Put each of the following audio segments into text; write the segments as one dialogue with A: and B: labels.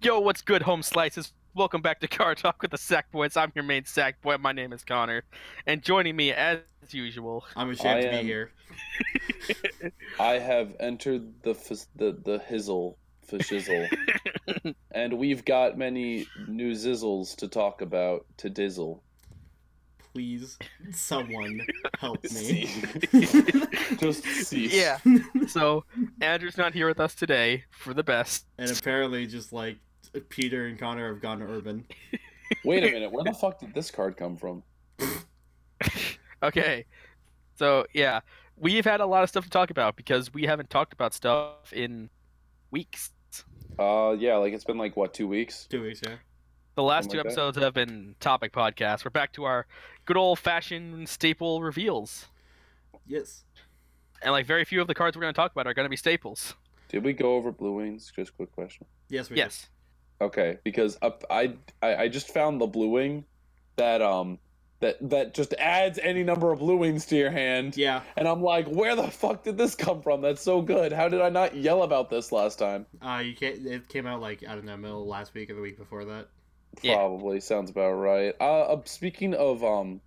A: Yo, what's good, home slices? Welcome back to Car Talk with the Sack Boys. I'm your main Sack Boy. My name is Connor, and joining me as usual,
B: I'm ashamed
C: I
B: to be
C: am-
B: here.
C: I have entered the fis- the the hizzle fishizzle, and we've got many new zizzles to talk about to dizzle.
B: Please, someone help me.
C: Cease. Just cease.
A: yeah. So Andrew's not here with us today for the best.
B: and apparently, just like Peter and Connor have gone to urban.
C: Wait a minute. Where the fuck did this card come from?
A: Okay, so yeah, we've had a lot of stuff to talk about because we haven't talked about stuff in weeks.
C: Uh, yeah, like it's been like what two weeks.
B: Two weeks, yeah.
A: The last two
C: Something like that.
A: episodes have been topic podcasts. We're back to our good old fashioned staple reveals,
B: Yes.
A: and like very few of the cards we're going to talk about are going to be staples.
C: Did we go over Blue Wings? Just quick question.
B: Yes, we
A: Yes.
C: Okay, because up, I, I I just found the Blue Wing that um that that just adds any number of Blue Wings to your hand.
B: did. Yeah.
C: And I'm like, where the fuck did this come from? That's so good. How did I not yell about this last time?
B: Uh, you can't. It came out like I don't know, middle of last week or the week before that.
A: Yeah.
C: Probably sounds about right. Uh, uh speaking of um,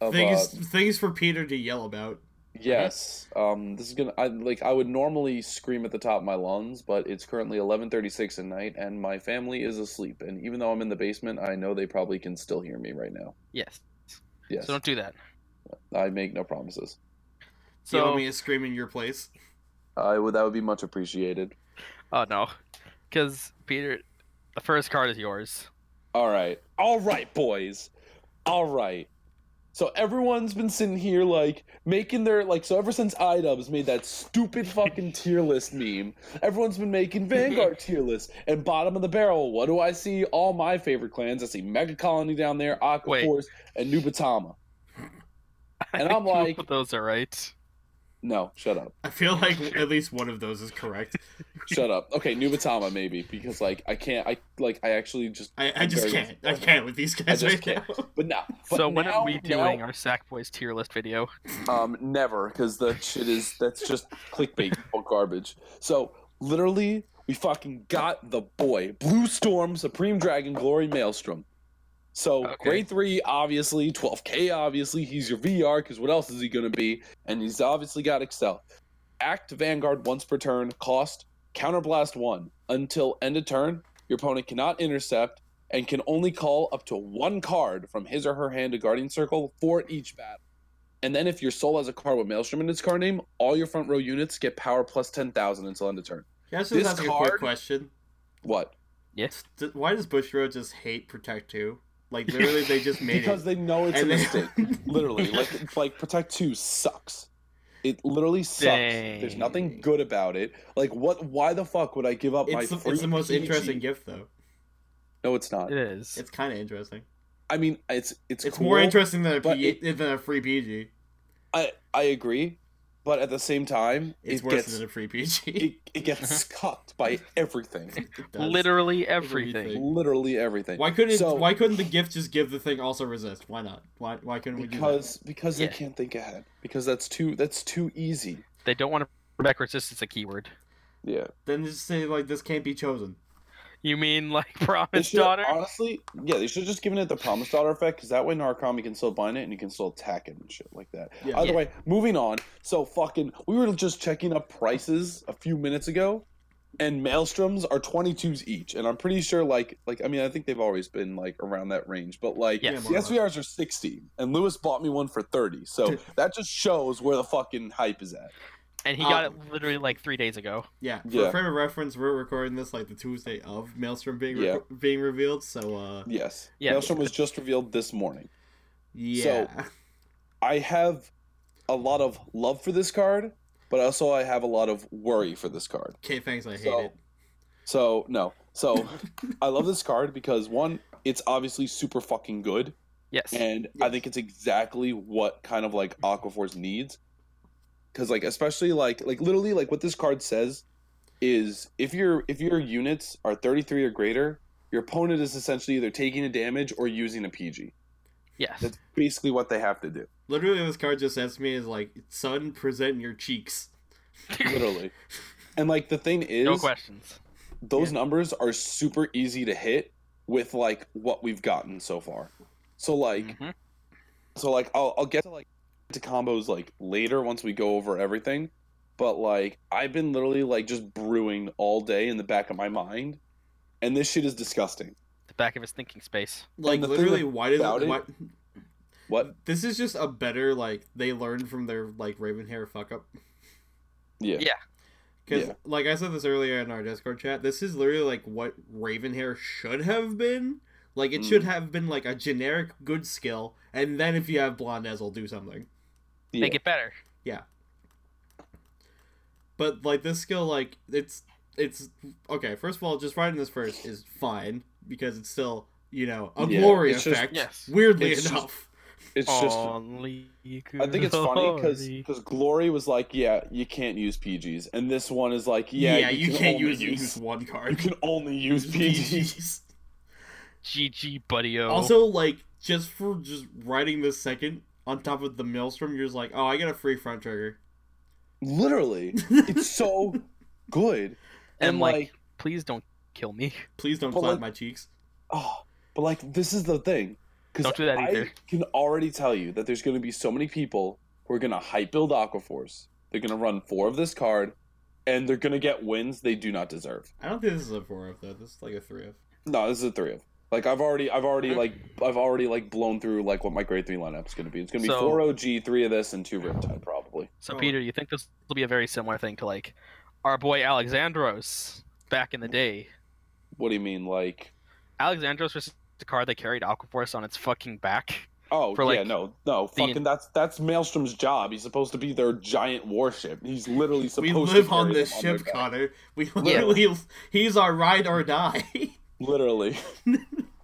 C: of uh,
B: Things, things for Peter to yell about.
C: yes, um, this is gonna I like I would normally scream at the top of my lungs, but it's currently 11:36 at night, and my family is asleep. And even though I'm in the basement, I know they probably can still hear me right now.
A: Yes.
C: Yes,
A: So don't do that.
C: I make no promises.
B: So, you
A: So
B: want me to scream in your place?
C: I would that would be much appreciated.
A: Oh no, because Peter, the first card is yours.
C: All right. All right, boys. All right. So everyone's been sitting here like making their like so ever since iDubbbz made that stupid fucking tier list meme, everyone's been making Vanguard tier list and bottom of the barrel. What do I see? All my favorite clans. I see Mega Colony down there, Aqua
A: Wait.
C: Force, and Nubatama. And I'm
A: Both
C: like,
A: of those are right.
C: no, shut up,
B: I feel like at least one of those is correct.
C: shut up. Okay, Nubatama maybe because like I can't, I like I actually just,
B: I, I
C: I'm
B: just
C: very
B: can't. I can't with these guys
C: just
B: right
C: can't.
B: now.
C: but now. But
A: so when
C: now-
A: are we
C: now-
A: doing our Sackboys tier list video?
C: Um, never, because that shit is that's just clickbait or garbage. So literally, we fucking got the boy, Blue Storm, Supreme Dragon, Glory Maelstrom. So
A: Okay.
C: grade three, obviously, twelve K, obviously, he's your VR, because what else is he gonna be? And he's obviously got Excel. Act Vanguard once per turn, cost counterblast one until end of turn. Your opponent cannot intercept and can only call up to one card from his or her hand to Guardian Circle for each battle. And then if your soul has a card with Maelstrom in its card name, all your front row units get power plus 10,000 until end of turn.
B: Can I just
C: This
B: ask a
C: card-
B: quick question?
C: What?
A: Yes.
B: Th- Why does Bushro just hate Protect 2? Like, literally, they just made
C: Because
B: it.
C: they know it's a
B: And they-
C: mistake. Literally. Like, like Protect 2 sucks. It literally sucks. There's nothing
A: Dang.
C: good about it. Like, what? why the fuck would I give up my
B: It's, the,
C: free
B: it's the most
C: PG?
B: interesting gift, though.
C: No, it's not.
A: It is.
B: It's kind of interesting.
C: I mean, it's it's,
B: It's,
C: cool.
B: more interesting than a,
C: but
B: P- than a free PG.
C: I, I agree. But at the same time,
B: It's
C: it
B: worse
C: gets,
B: than a free PG.
C: it, it gets cucked by everything.
B: It does.
A: Literally everything.
B: Everything.
C: Literally everything.
B: Why couldn't
C: So-
B: Why couldn't the gift just give the thing also resist? Why not? Why Why couldn't we
C: because because
A: Yeah.
C: they can't think ahead because that's too that's too easy
A: They don't want to back resistance a keyword.
C: yeah
B: do that? Then just say like this can't be chosen.
A: You mean like
C: they
A: Promise
C: should've-
A: Daughter?
C: honestly yeah they should have just given it the promise daughter effect because that way narcomi can still bind it and you can still attack it and shit like that
B: Yeah.
C: either
A: Yeah.
C: way moving on so fucking we were just checking up prices a few minutes ago and maelstroms are 22s each and i'm pretty sure like like i mean i think they've always been like around that range but like
A: Yes.
B: Yeah, more
C: the
B: or less.
C: svrs are 60 and lewis bought me one for 30 so that just shows where the fucking hype is at
A: And he got
B: Um,
A: it literally like three days ago.
B: Yeah. For
C: Yeah.
B: frame of reference, we're recording this like the Tuesday of Maelstrom being re-
C: Yeah.
B: being revealed. So uh,
C: yes
A: Yeah.
C: maelstrom was just revealed this morning
B: yeah.
C: I have a lot of love for this card, but also I have a lot of worry for this card.
B: okay, thanks. I hate
C: So-
B: it.
C: So no, so I love this card because one, it's obviously super fucking good,
A: Yes.
C: and I
B: Yes.
C: think it's exactly what kind of like Aquaforce needs. Because like especially like like literally like what this card says is if your if your units are thirty three or greater, your opponent is essentially either taking a damage or using a PG.
A: yes.
C: That's basically what they have to do.
B: Literally, this card just says to me is like, "Sun, present your cheeks."
C: Literally. And like the thing is
A: no questions.
C: those numbers are super easy to hit with like what we've gotten so far. So like
B: Mm.
A: Mhm.
C: so like I'll I'll get to like to combos like later once we go over everything. But like I've been literally like just brewing all day in the back of my mind. And this shit is disgusting.
A: The back of his thinking space.
B: Like
C: the thing
B: literally, why does
C: about
B: it,
C: it-
B: why,
C: What?
B: this is just a better like they learned from their like Raven hair fuck up.
C: Yeah.
A: Yeah.
B: Because,
C: Yeah.
B: like I said this earlier in our Discord chat, this is literally like what Ravenhair should have been. Like it
C: Mm.
B: should have been like a generic good skill, and then if you have blonde will do something.
C: Yeah.
A: Make it better.
B: But like this skill, like it's it's okay. First of all, just writing this first is fine because it's still you know a
C: Yeah,
B: glory
C: it's just-
B: effect.
A: Yes.
B: Weirdly
C: It's just-
B: enough,
C: it's just I think it's funny because Glory was like, yeah, you can't use PGs, and this one is like, yeah,
B: you,
C: can
B: can't
C: only
B: use, use one
C: you
B: card.
C: can only use PGs.
B: PGs.
A: GG, buddy.
B: Also, like, just for just writing this second on top of the maelstrom, you're just like, oh, I get a free front trigger.
C: Literally, it's so good, and,
A: And, like-
C: like,
A: please don't kill me.
B: Please don't
C: But,
B: clap
C: like-
B: my cheeks.
C: oh, but like this is the thing, because
A: Don't do that
C: I
A: either.
C: can already tell you that there's going to be so many people who are going to hype build Aquaforce. They're going to run four of this card, and they're going to get wins they do not deserve.
B: I don't think this is a four of though. This is like a three of.
C: No, this is a three of. Like I've already, I've already, like I've already, like blown through like what my grade three lineup's going to be. It's going to be
A: So-
C: four OG, three of this, and two Riptide probably.
A: So,
B: Oh.
A: Peter, you think this will be a very similar thing to like our boy Alexandros back
C: Mm.
A: in the day?
C: What do you mean, like?
A: Alexandros was the card that carried Aquaforce on its fucking back.
C: Oh
A: For,
C: yeah,
A: like,
C: no, no,
A: the-
C: fucking that's that's Maelstrom's job. He's supposed to be their giant warship. He's literally
B: We
C: supposed to
B: live on
C: carry
B: this
C: them on
B: ship,
C: their back.
B: Connor. We
A: Yeah.
B: literally, he's our ride or die.
C: Literally,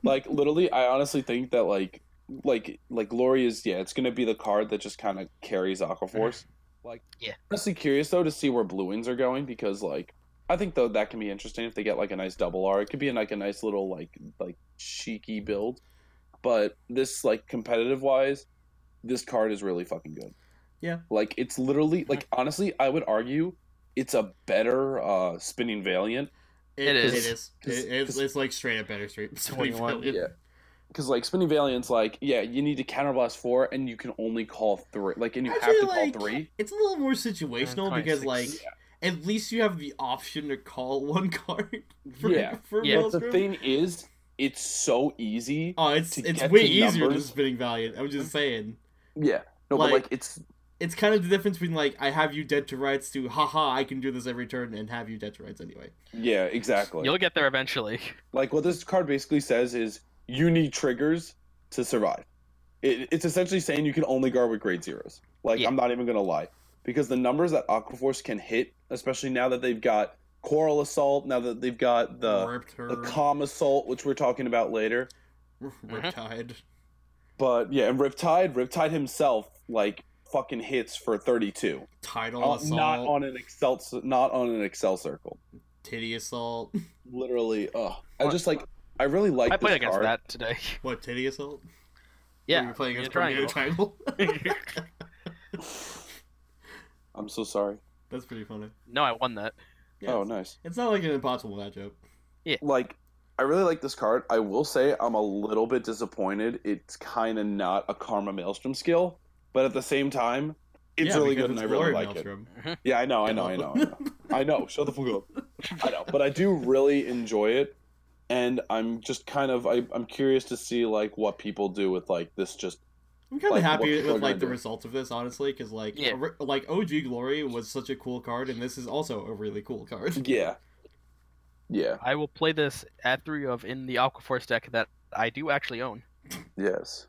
C: like literally, I honestly think that like like like Lori is yeah, it's going to be the card that just kind of carries Aquaforce. Like
A: Yeah.
C: honestly curious though to see where blue wings are going because like I think though that can be interesting if they get like a nice double R. It could be like a nice little like like cheeky build. But this like competitive wise, this card is really fucking good.
B: Yeah.
C: Like it's literally like honestly, I would argue it's a better uh spinning valiant
A: It is.
B: It is. It, it's,
C: Cause-
B: it's like straight up Better Street. So we
A: 21,
B: feel it-
C: yeah. because like spinning valiant's like yeah you need to counterblast four and you can only call three like and you have
B: Actually,
C: to
B: like,
C: call three
B: It's a little more situational because,
A: 26.
B: like, at least you have the option to call one card. For,
C: Yeah.
B: For
A: Yeah.
C: but the
B: Maelstrom.
C: thing is it's so easy
B: Oh, it's
C: to
B: it's
C: get
B: way
C: to
B: easier than
C: numbers.
B: spinning Valiant. I'm just saying.
C: yeah no
B: Like-
C: but like it's
B: It's kind of the difference between like I have you dead to rights to haha I can do this every turn and have you dead to rights anyway.
C: yeah exactly
A: You'll get there eventually.
C: like what this card basically says is you need triggers to survive it, it's essentially saying you can only guard with grade zeros like
A: Yeah.
C: i'm not even gonna lie because the numbers that aquaforce can hit especially now that they've got coral assault now that they've got the
B: Ripped her,
C: the calm assault which we're talking about later
B: riptide.
A: Uh-huh.
C: But yeah, and Riptide, Riptide himself, like fucking hits for 32.
B: Tidal
C: Uh,
B: assault,
C: not on an Excel, not on an Excel circle.
B: titty assault.
C: Literally, ugh. I just like, I really like.
A: I played
C: this
A: against
C: card.
A: that today.
B: What titty assault?
A: Yeah.
B: you're playing against
A: yeah,
B: Bermuda Triangle.
A: triangle.
C: I'm so sorry.
B: That's pretty funny.
A: no, I won that.
B: Yeah,
C: Oh,
B: it's-
C: nice.
B: It's not like an impossible matchup.
C: Like, I really like this card. I will say, I'm a little bit disappointed. It's kind of not a Karma Maelstrom skill, but at the same time, it's
B: Yeah,
C: really
B: because
C: good, and I
B: it's
C: really
B: Glory
C: like it.
B: Maelstrom.
A: Mm-hmm.
C: Yeah, I know, I know, I know, I know. I know. Shut the fuck up. I know, but I do really enjoy it, and I'm just kind of I, I'm curious to see like what people do with like this. Just
B: I'm kind of
C: Like, what
B: happy
C: people are
B: with like
C: gonna
B: the
C: do.
B: results of this, honestly, because like
A: Yeah.
B: ri- like OG Glory was such a cool card, and this is also a really cool card.
C: yeah, yeah,
A: I will play this at three of in the Aquaforce deck that I do actually own.
C: yes,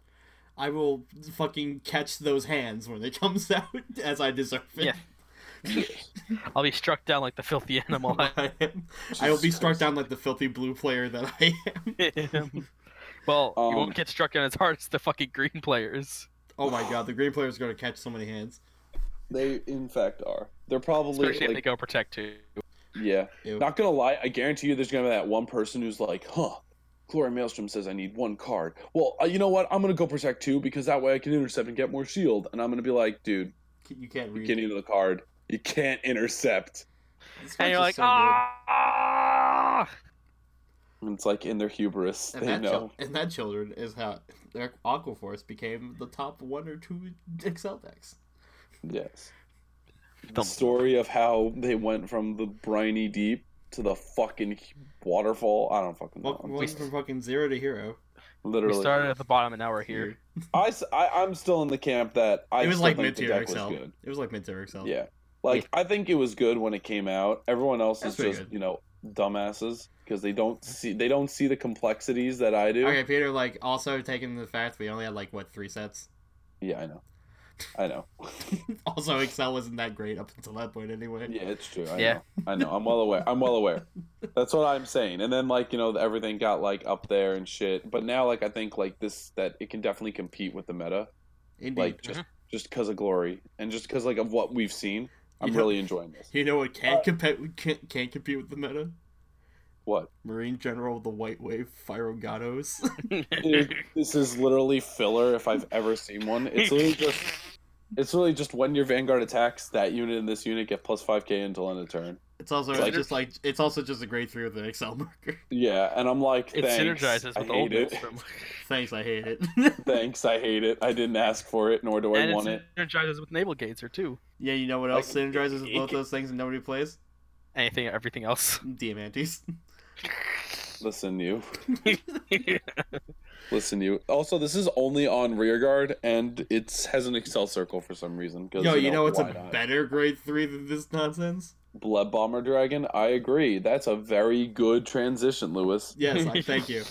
B: I will fucking catch those hands when it comes out as I deserve it.
A: Yeah.
C: yes.
A: I'll be struck down like the filthy animal I
B: I, am. I will be struck down like the filthy blue player that I am.
A: am. Well, you
C: Um,
A: won't get struck down as hard as the fucking green players.
B: Oh my god, the green player is going to catch so many hands.
C: They in fact are. They're probably
A: Especially if they
C: like
A: go protect too.
C: yeah.
B: Ew.
C: Not gonna lie, I guarantee you, there's gonna be that one person who's like, huh. Gloria Maelstrom says I need one card. Well, uh, you know what? I'm gonna go protect two because that way I can intercept and get more shield. And I'm gonna be like, dude,
B: You can't read.
C: get into the card. You can't intercept.
B: This
A: and
B: card's
A: you're
B: just
A: like,
B: so good.
A: ah.
C: And it's like in their hubris,
B: And
C: they
B: that,
C: know.
B: chil- and that children is how their Aquaforce became the top one or two Excel decks.
C: Yes. The
A: Dumb.
C: story of how they went from the briny deep to the fucking waterfall. I don't fucking know.
B: Welcome, welcome from fucking zero to hero.
A: We
C: Literally,
A: started at the bottom and now we're here.
C: I, am still in the camp that I
B: it was
C: still
B: like
C: think
B: mid
C: the
B: tier
C: deck was
B: Excel.
C: good.
B: It was like mid tier Excel.
C: Yeah, like I think it was good when it came out. Everyone else
B: That's
C: is
B: pretty
C: just
B: good.
C: you know dumbasses because they don't see they don't see the complexities that I do.
B: Okay, Peter. Like also taking the fact we only had like what three sets.
C: Yeah, I know, I know.
B: also, Excel wasn't that great up until that point anyway.
C: Yeah, it's true. I
A: Yeah.
C: know. I know. I'm well aware. I'm well aware. That's what I'm saying. And then like, you know, everything got like up there and shit. But now like I think like this that it can definitely compete with the meta.
B: Indeed.
C: Like just just cuz of glory and just cuz like of what we've seen. I'm
B: You know-
C: really enjoying this.
B: you know what can't
C: Uh,
B: compete can't, can't compete with the meta?
C: What?
B: Marine General with the White Wave Fire Gatos.
C: Dude, this is literally filler if I've ever seen one. It's literally just it's really just when your vanguard attacks that unit and this unit get plus 5k until end of turn.
B: it's also
C: It's like-
B: just like it's also just a grade three with an Excel marker.
C: Yeah, and I'm like
A: It
C: thanks.
A: synergizes
C: I
A: with the
C: hate
A: old
C: it.
A: Maelstrom.
B: Thanks, I hate it.
C: Thanks, I hate it. I didn't ask for it, nor do I
A: and
C: want
A: it
C: it.
A: synergizes with Naval Gazer too.
B: yeah, you know what else
C: Like,
B: synergizes with
C: it
B: both
C: can-
B: those things and nobody plays?
A: Anything, everything else.
B: Diamantes.
C: Listen, you.
A: yeah,
C: Listen, you. Also, this is only on rearguard, and it has an Excel circle for some reason. 'cause,
B: Yo, you know what's
C: why
B: a
C: not?
B: better grade three than this nonsense?
C: Blood Bomber Dragon. I agree. That's a very good transition, Lewis.
B: Yes, I thank you.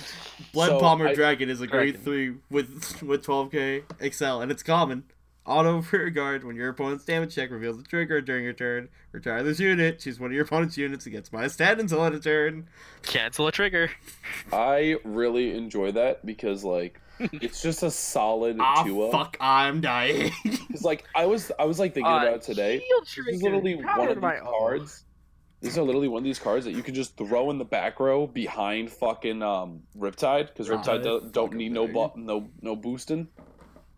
B: Blood
C: So,
B: Palmer
C: I-
B: Dragon is a grade
A: Dragon.
B: three with with 12k Excel, and it's common. Auto rear guard when your opponent's damage check reveals a trigger during your turn. Retire this unit. Choose one of your opponent's units and gets minus 10 until end of turn.
A: cancel a trigger.
C: I really enjoy that because, like, it's just a solid
B: Ah,
C: two up.
B: fuck! Ah, I'm dying.
C: Because, like, I was, I was like thinking
A: Uh,
C: about it today.
A: Heel
C: This is literally
A: Power
C: one of
A: my
C: these
A: own.
C: cards. These are literally one of these cards that you can just throw in the back row behind fucking um, Riptide because
B: Right.
C: Riptide do, don't
B: Fucking
C: need no bu- no no boosting,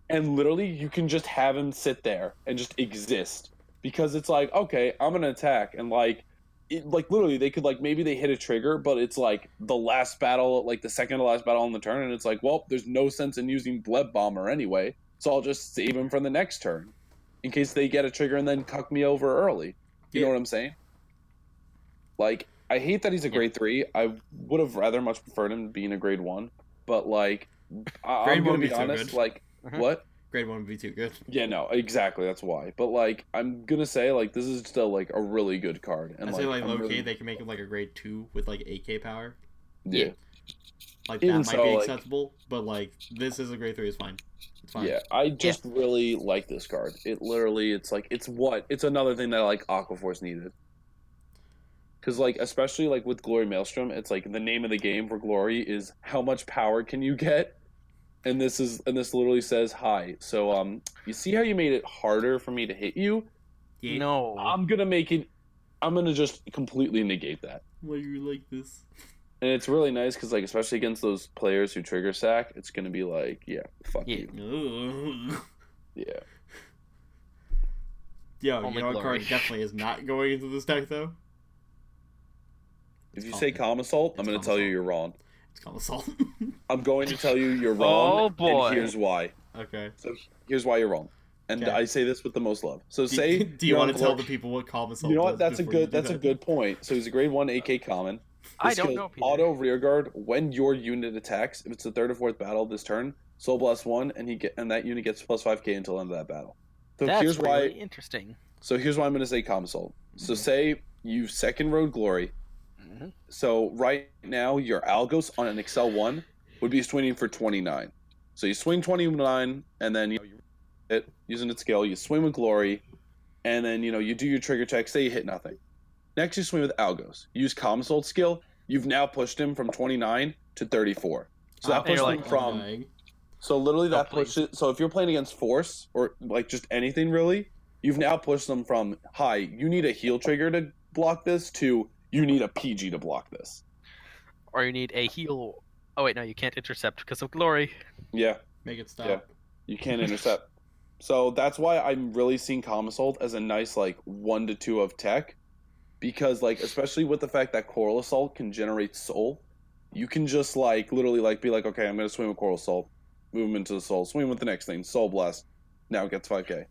C: and literally you can just have him sit there and just exist because it's like okay I'm gonna attack and like it, like literally they could like maybe they hit a trigger but it's like the last battle like the second to last battle on the turn and it's like well there's no sense in using Bleb Bomber anyway so I'll just save him for the next turn in case they get a trigger and then cuck me over early. You know
B: Yeah.
C: what I'm saying? Like, I hate that he's a grade three. I would have rather much preferred him being a grade one, but like, I-
B: Grade one
C: I'm gonna
B: would
C: be
B: be so
C: honest.
B: good.
C: Like,
B: Uh-huh.
A: Mhm.
C: what?
B: grade one would be too good.
C: Yeah, no, exactly. That's why. But like, I'm gonna say like this is still like a really good card. And
B: I say like
C: I'm
B: low key,
C: really-
B: they can make him like a grade two with like 8k power.
C: yeah,
B: Like
C: Even
B: that might
C: so,
B: be
C: like-
B: acceptable, but like this is a grade three is fine. It's fine.
C: yeah. I just really like this card. It literally, it's like it's what it's another thing that like Aquaforce needed. Because like especially like with Glory Maelstrom, it's like the name of the game for Glory is how much power can you get, and this is and this literally says hi. So um, you see how you made it harder for me to hit you?
B: Yeah.
A: No.
C: I'm gonna make it. I'm gonna just completely negate that.
B: Why you like this?
C: And it's really nice because, like, especially against those players who trigger sack, it's gonna be like, yeah, fuck
A: Yeah.
C: you,
B: Ugh.
C: yeah.
B: Yo,
A: Only
B: you know what
A: glory.
B: card definitely is not going into this deck though?
C: If you
B: It's
C: say
B: calm.
C: calm assault, I'm
B: Oh, It's
C: gonna
B: calm
C: tell you
B: assault.
C: you're wrong.
B: It's called Assault.
C: I'm going to tell you you're
A: Oh,
C: wrong.
A: boy.
C: And here's why.
B: okay.
C: So here's why you're wrong. And
B: Okay.
C: I say this with the most love. So
B: Do-
C: say,
B: do, you
C: you're
B: want to
C: on
B: tell the
C: Glory-
B: people what Calm Assault
C: You know what?
B: does
C: That's a
B: before you
C: good.
B: do
C: That's a
B: that?
C: good point. So he's a grade one AK common.
A: I
C: This
A: don't
C: goes
A: know, Peter.
C: Auto rearguard when your unit attacks. If it's the third or fourth battle this turn, soul blast one, and he get and that unit gets plus five k until end of that battle. So
A: That's
C: here's why.
A: really Mm-hmm. interesting.
C: So here's why I'm going to say console. So say you second road glory.
A: Mhm.
C: So right now your Algos on an Excel one would be swinging for 29. So you swing 29, and then you, know, you it using its scale. You swing with glory, and then you know you do your trigger check. Say you hit nothing. Next you swing with Algos. Use console skill. You've now pushed him from 29 to 34. So that
B: Oh,
A: Ah, they're
C: pushed him
A: like-
C: from
B: annoying.
C: so literally
A: Oh,
C: that
A: please.
C: pushes. So if you're playing against force or like just anything really, you've now pushed them from hi, you need a heal trigger to block this to you need a PG to block this.
A: Or you need a heal. Oh wait, no, you can't intercept because of glory.
C: Yeah,
B: Make it stop.
C: Yeah. you can't intercept. so that's why I'm really seeing Comisold as a nice like one to two of tech, because like especially with the fact that coral assault can generate soul, you can just like literally like be like, okay, I'm gonna swing with coral assault, move him into the soul, swing with the next thing, soul blast. Now it gets 5k.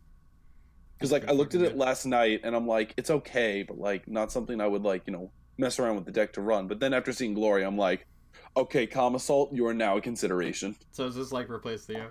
C: Because like I looked at it last night and I'm like, it's okay, but like not something I would like you know mess around with the deck to run. But then after seeing glory, I'm like, okay, calm assault, you are now a consideration.
B: So is this like replace Theo?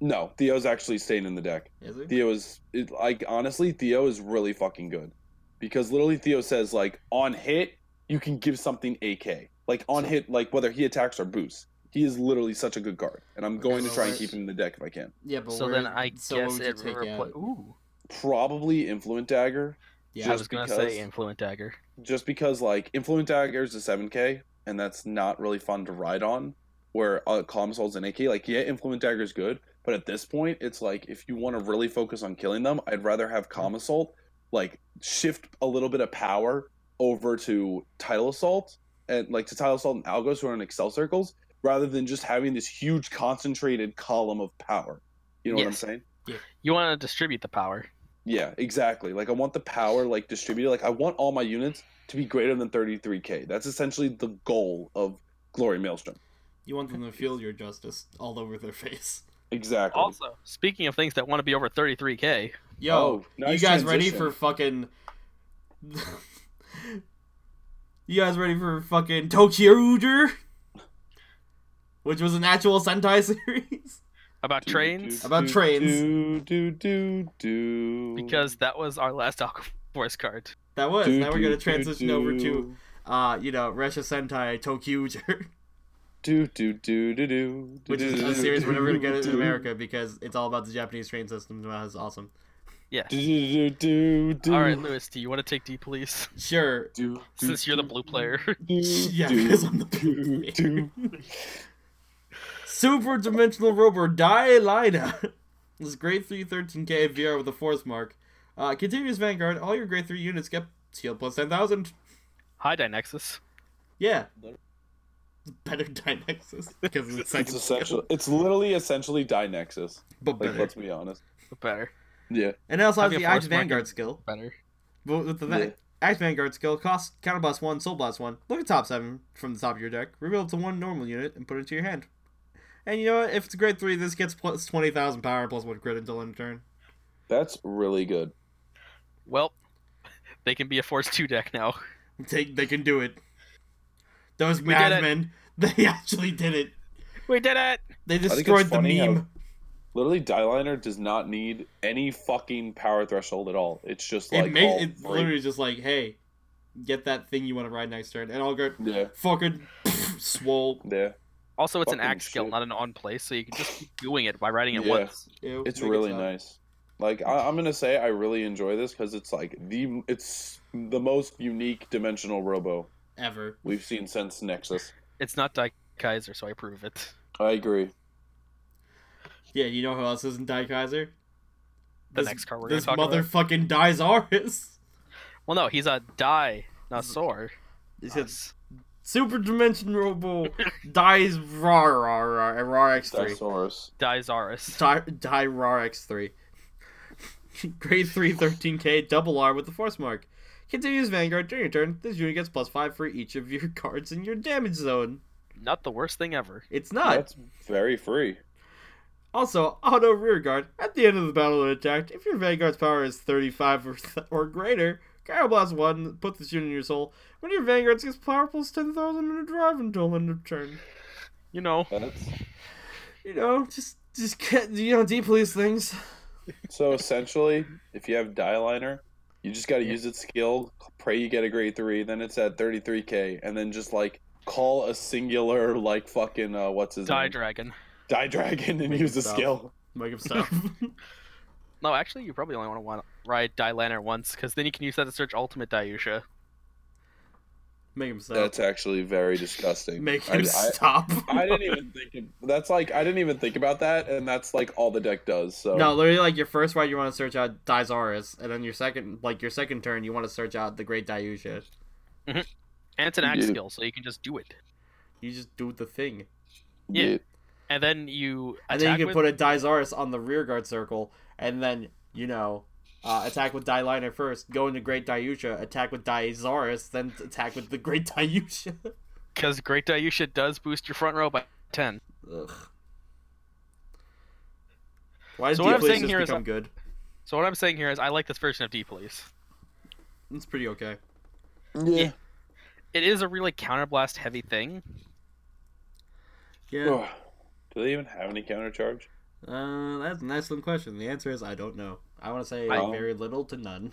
C: No, Theo's actually staying in the deck.
B: Is it?
C: Theo is it, like honestly, Theo is really fucking good because literally Theo says like on hit you can give something AK like on hit like whether he attacks or boosts. He is literally such a good card, and I'm going to
B: so
C: try and
B: let's-
C: keep him in the deck if I can.
B: Yeah, but
A: so
B: where-
A: then I
B: so what
A: guess
B: would you
A: it
B: take
A: repla-
B: out?
A: Ooh,
C: Probably Influent Dagger,
A: I
B: Yeah,
C: Just
A: was gonna
C: because-
A: say influent dagger.
C: just because like Influent Dagger is a 7K, and that's not really fun to ride on. Where uh, Calm Soul's an AK, like yeah, Influent Dagger is good, but at this point, it's like if you want to really focus on killing them, I'd rather have Calm Assault like shift a little bit of power over to Tidal Assault and like to Tidal Assault and Algos who are in Excel circles, rather than just having this huge concentrated column of power. You know what I'm
A: Yes.
C: saying?
A: You want to distribute the power.
C: Yeah, exactly. Like I want the power like distributed. Like I want all my units to be greater than 33k. That's essentially the goal of Glory Maelstrom.
B: you want them to feel your justice all over their face.
C: Exactly.
A: Also, speaking of things that want to be over 33k,
B: Yo,
C: Oh, nice
B: you guys ready
C: transition.
B: for fucking? you guys ready for fucking Tokyo which was an actual Sentai series?
A: about
C: Do,
A: trains,
C: do,
B: About
C: do,
B: trains.
C: Do do do do.
A: because that was our last Alka Force card.
B: That was.
C: Do,
B: now we're
C: do,
B: gonna
C: do,
B: transition
C: do.
B: over to, uh, you know, Resha Sentai Tokyo
C: do do do do do.
B: which is
C: do,
B: a
C: do,
B: series
C: do,
B: we're never gonna get in
C: do,
B: America because it's all about the Japanese train system. Wow, that's awesome.
A: Yeah.
C: Do do do do.
A: All right, Lewis, do you want to take D, please?
B: Sure.
C: Do, do,
A: Since you're the
C: do,
A: blue player,
C: do,
B: Yeah,
C: do,
B: because I'm the
C: do,
B: blue
C: do.
B: Super Dimensional Rover Dialina. this is grade 3 13k VR with a force mark. Uh, continuous Vanguard, all your grade 3 units get shield plus 10,000.
A: hi Dynexus.
B: Yeah. Better Dynexus. Because it's
C: It's
B: second
C: essential.
B: skill,
C: It's literally essentially Dynexus.
B: But
C: Like,
B: better.
C: let's be honest.
A: Better,
C: Yeah.
B: And it also has
A: Have
B: the
A: your force
B: Act
A: mark
B: Vanguard
A: in-
B: skill.
A: better.
B: But with the
C: Yeah.
B: Van- Act Vanguard skill, costs counter blast 1, soul blast 1. Look at top 7 from the top of your deck. Reveal it to one normal unit and put it to your hand. And you know what? If it's grade 3, this gets plus 20,000 power and plus 1 crit until end of turn.
C: That's really good.
A: Well, they can be a Force Two deck now.
B: They, they can do it. Those
A: We did it.
B: madmen, they actually did it.
A: We did it.
B: They
C: it's
B: destroyed the
C: funny how-
B: meme.
C: Literally, Dyliner does not need any fucking power threshold at all. It's just
B: it
C: like all
B: made it
C: three.
B: literally just like, hey, get that thing you want to ride next turn, and I'll go
C: yeah,
B: fucking swole.
C: yeah.
A: Also, it's an
C: Fucking
A: act skill,
C: shit.
A: not an on play, so you can just keep doing it by writing it
C: Yeah.
A: once.
B: Ew,
C: It's
B: make it
C: really
B: stop.
C: nice. Like I, I'm gonna say, I really enjoy this because it's like the it's the most unique dimensional robo
B: ever.
C: we've seen since Nexus.
A: It's not Die Kaiser, so I prove it.
C: I agree.
B: Yeah, you know who else isn't Die Kaiser?
A: The next card we're
B: this
A: gonna talk about.
B: motherfucking dies Aris.
A: Well, no, he's a die, not sore.
B: He said,
A: Yes.
B: Super Dimension Robo dies rar rar rar rar X three.
C: Stegosaurus.
A: Dizaris.
B: Die, die Rar X3. Grade 3 13k double R with the force mark. Continues Vanguard during your turn. This unit gets plus 5 for each of your cards in your damage zone.
A: Not the worst thing ever.
B: It's not.
C: That's very free.
B: Also, auto rearguard. At the end of the battle and attacked, if your Vanguard's power is 35 or, th- or greater, Cryoblast 1, put this unit in your soul. When your Vanguard gets power plus 10,000 and a drive until end of turn.
A: You know,
C: That's
B: You know, just, just get, you know, depolice things.
C: so essentially, if you have Dyliner, you just got to use its skill. Pray you get a grade three. Then it's at 33k, and then just like call a singular like fucking uh, what's his
A: die
C: name?
A: dragon.
C: die dragon and
B: Make
C: use
B: it
C: a
B: stop.
C: skill.
B: Make up stuff.
A: No, actually, you probably only want to want ride Die Lanner once, because then you can use that to search Ultimate Diusha.
B: Make him stop.
C: That's actually very disgusting.
B: Make
C: I,
B: him stop.
C: I, I didn't even think of, that's like I didn't even think about that, and that's like all the deck does. So
B: No, literally, like your first ride, you want to search out Dizaris, and then your second, like your second turn, you want to search out the Great Diusha.
A: And it's an act
C: Yeah.
A: skill, so you can just do it.
B: You just do the thing,
A: yeah. And then you attack
B: and then you can
A: with...
B: put a Dizaris on the rearguard circle, and then you know Uh, attack with Die Liner first, go into Great Daiusha, attack with Diazaurus, then attack with the Great Daiusha.
A: Because Great Daiusha does boost your front row by 10.
B: Ugh. Why did
A: So
B: so
A: what I'm
B: Deeplease
A: saying
B: just
A: here is-
B: become good?
A: So what I'm saying here is I like this version of D Police.
B: It's pretty okay.
C: Yeah.
A: It is a really counterblast heavy thing.
B: Yeah.
C: Do they even have any counter charge?
B: Uh, that's an excellent question. The answer is I don't know. I want to say
C: I-
B: very little to none.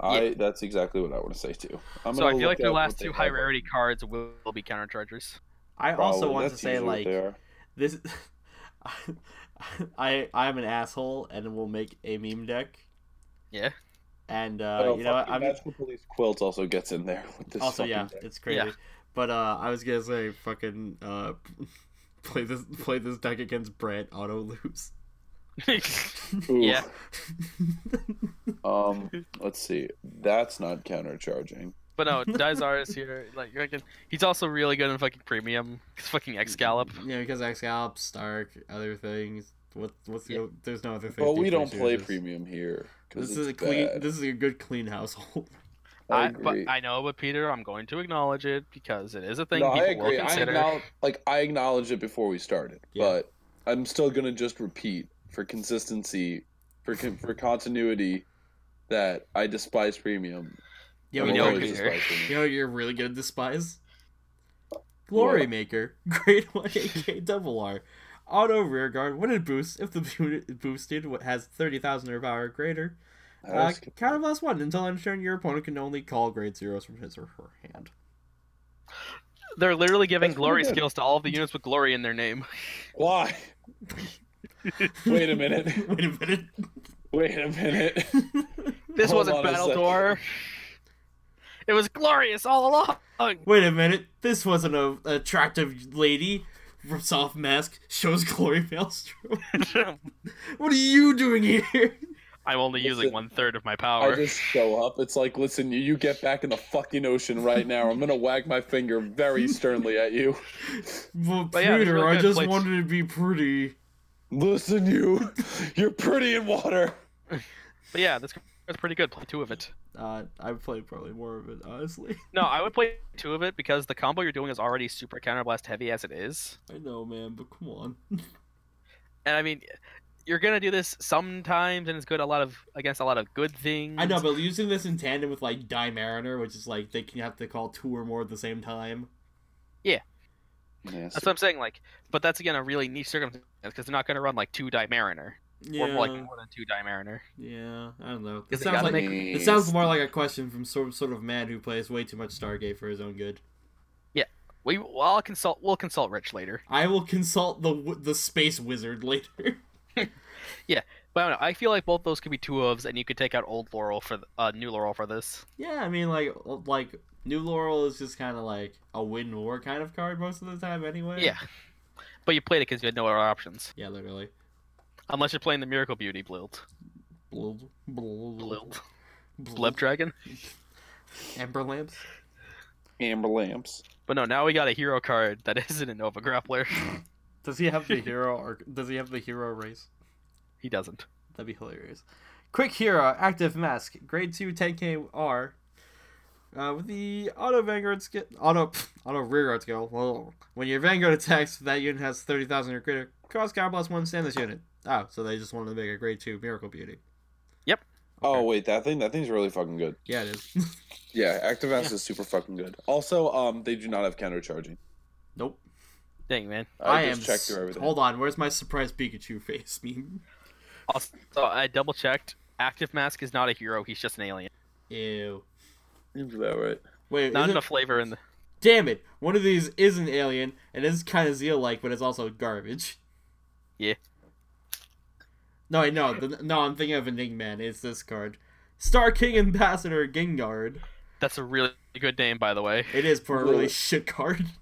C: I that's exactly what I want to say too. I'm
A: So
C: gonna
A: I feel
C: look
A: like the
C: up
A: last
C: what they
A: two high
C: have.
A: rarity cards will, will be counterchargers.
B: I also
C: Probably.
B: want to
C: Oh, That's
B: say
C: usually what
B: like
C: they are.
B: this. I I'm an asshole and will make a meme deck.
A: Yeah.
B: And uh,
C: Oh,
B: you know what?
C: fucking
B: I'm
C: Magical Police Quilt also gets in there with this.
B: also
C: fucking
B: yeah,
C: deck.
B: it's crazy.
A: Yeah.
B: But uh, I was gonna say fucking uh, play this play this deck against Brant auto lose.
C: Ooh.
A: Yeah.
C: Um, let's see. That's not counter charging.
A: but no, Dizar's here. Like you're like, he's also really good in fucking premium. He's fucking Excalibur.
B: yeah, because Excalibur, Stark, other things. What what's the
A: Yeah.
B: there's no other thing.
C: But we
B: Deep
C: don't
B: Freeze
C: play
B: uses.
C: premium here. 'cause
B: This is a
C: it's
B: clean.
C: bad.
B: This is a good clean household.
C: I
A: I,
C: agree.
A: but I know, but Peter, I'm going to acknowledge it because it is a thing
C: no, I
A: people will
C: agree. I
A: consider.
C: acknowledge, like I acknowledged it before we started,
B: Yeah.
C: but I'm still gonna just repeat for consistency, for con- for continuity, that I despise premium.
B: Yeah,
A: we
C: I've
B: we
A: know
B: know.
C: always
A: it
B: You
A: is.
C: despised premium.
B: know, you're really good at despise. Glory
C: What?
B: Maker, Grade One AK Double R, Auto Rearguard. When it boosts, if the unit boosted what has thirty thousand or power or greater, uh,
C: Ask-
B: counter blast one until end of turn. Your opponent can only call grade zeros from his or her hand.
A: They're literally giving
C: That's pretty
A: glory
C: good.
A: skills to all of the units with glory in their name.
C: Why? Wait a minute.
B: Wait a minute.
C: Wait a minute.
A: This
C: Hold
A: wasn't
C: on a sec.
A: Battledore. It was glorious all along.
B: Wait a minute. This wasn't a attractive lady. Soft mask shows glory maelstrom. What are you doing here?
A: I'm only using
C: Listen,
A: one third of my
C: I
A: power.
C: just show up. It's like, listen, you, you get back in the fucking ocean right now. I'm gonna wag my finger very sternly at you.
B: Well,
A: But yeah, it's
B: Peter,
A: really
B: I
A: good
B: just
A: plates.
B: wanted to be pretty.
C: Listen, you, you're pretty in water.
A: But yeah, this card's pretty good. Play two of it.
B: Uh, I played probably more of it, honestly.
A: No, I would play two of it because the combo you're doing is already super counterblast heavy as it is.
B: I know, man, but come on.
A: And I mean, you're gonna do this sometimes, and it's good a lot of against a lot of good things.
B: I know, but using this in tandem with like Die Mariner, which is like they can have to call two or more at the same time.
A: That's what I'm saying. Like, but that's again a really niche circumstance because they're not gonna run like two die mariner
B: Yeah,
A: or more, like more than two die mariner.
B: yeah. I don't know.
A: Is
B: It
A: it
B: sounds
A: gotta
B: like
A: make-
B: it sounds more like a question from some sort of man who plays way too much Stargate for his own good.
A: We well, I'll consult. We'll consult Rich later.
B: I will consult the w- the space wizard later.
A: But I, don't know, I feel like both those could be two ofs, and you could take out old Laurel for th- uh, new Laurel for this.
B: yeah, I mean, like uh, like New Laurel is just kind of like a win war kind of card most of the time, anyway.
A: Yeah, but you played it because you had no other options,
B: Yeah, literally.
A: unless you're playing the Miracle Beauty build.
B: Blub, blub,
A: Build.
B: blub.
A: Bleb Dragon.
B: Ember lamps.
C: Amber lamps.
A: But no, now we got a hero card that isn't a Nova Grappler.
B: Does he have the hero or does he have the hero race?
A: he doesn't.
B: That'd be hilarious. Quick Hero, active mask, grade 2 10k R. Uh, with the auto vanguard skill, auto auto rearguard skill. Well, when your vanguard attacks, that unit has thirty thousand or greater. Cross guard plus one, stand this unit. Oh, so they just wanted to make a grade two miracle beauty.
A: Yep.
C: Oh wait, that thing, that thing's really fucking good.
B: Yeah, it is.
C: Yeah, Activast is super fucking good. Also, um, they do not have counter charging.
B: nope.
A: Dang man.
B: I,
C: I, just
B: am.
C: checked
B: s-
C: through everything.
B: Hold on. Where's my surprise Pikachu face meme?
A: Also, I double checked. Active Mask is not a hero. He's just an alien.
B: Ew.
C: Is that right?
B: Wait.
A: Not
B: isn't-
A: enough flavor in the.
B: Damn it! One of these is an alien, and it's kind of Zeal-like, but it's also garbage.
A: Yeah.
B: No, wait, no, the, no. I'm thinking of Enigman. It's this card, Star King Ambassador Gengard.
A: That's a really good name, by the way.
B: It is for a really
C: Really?
B: shit card.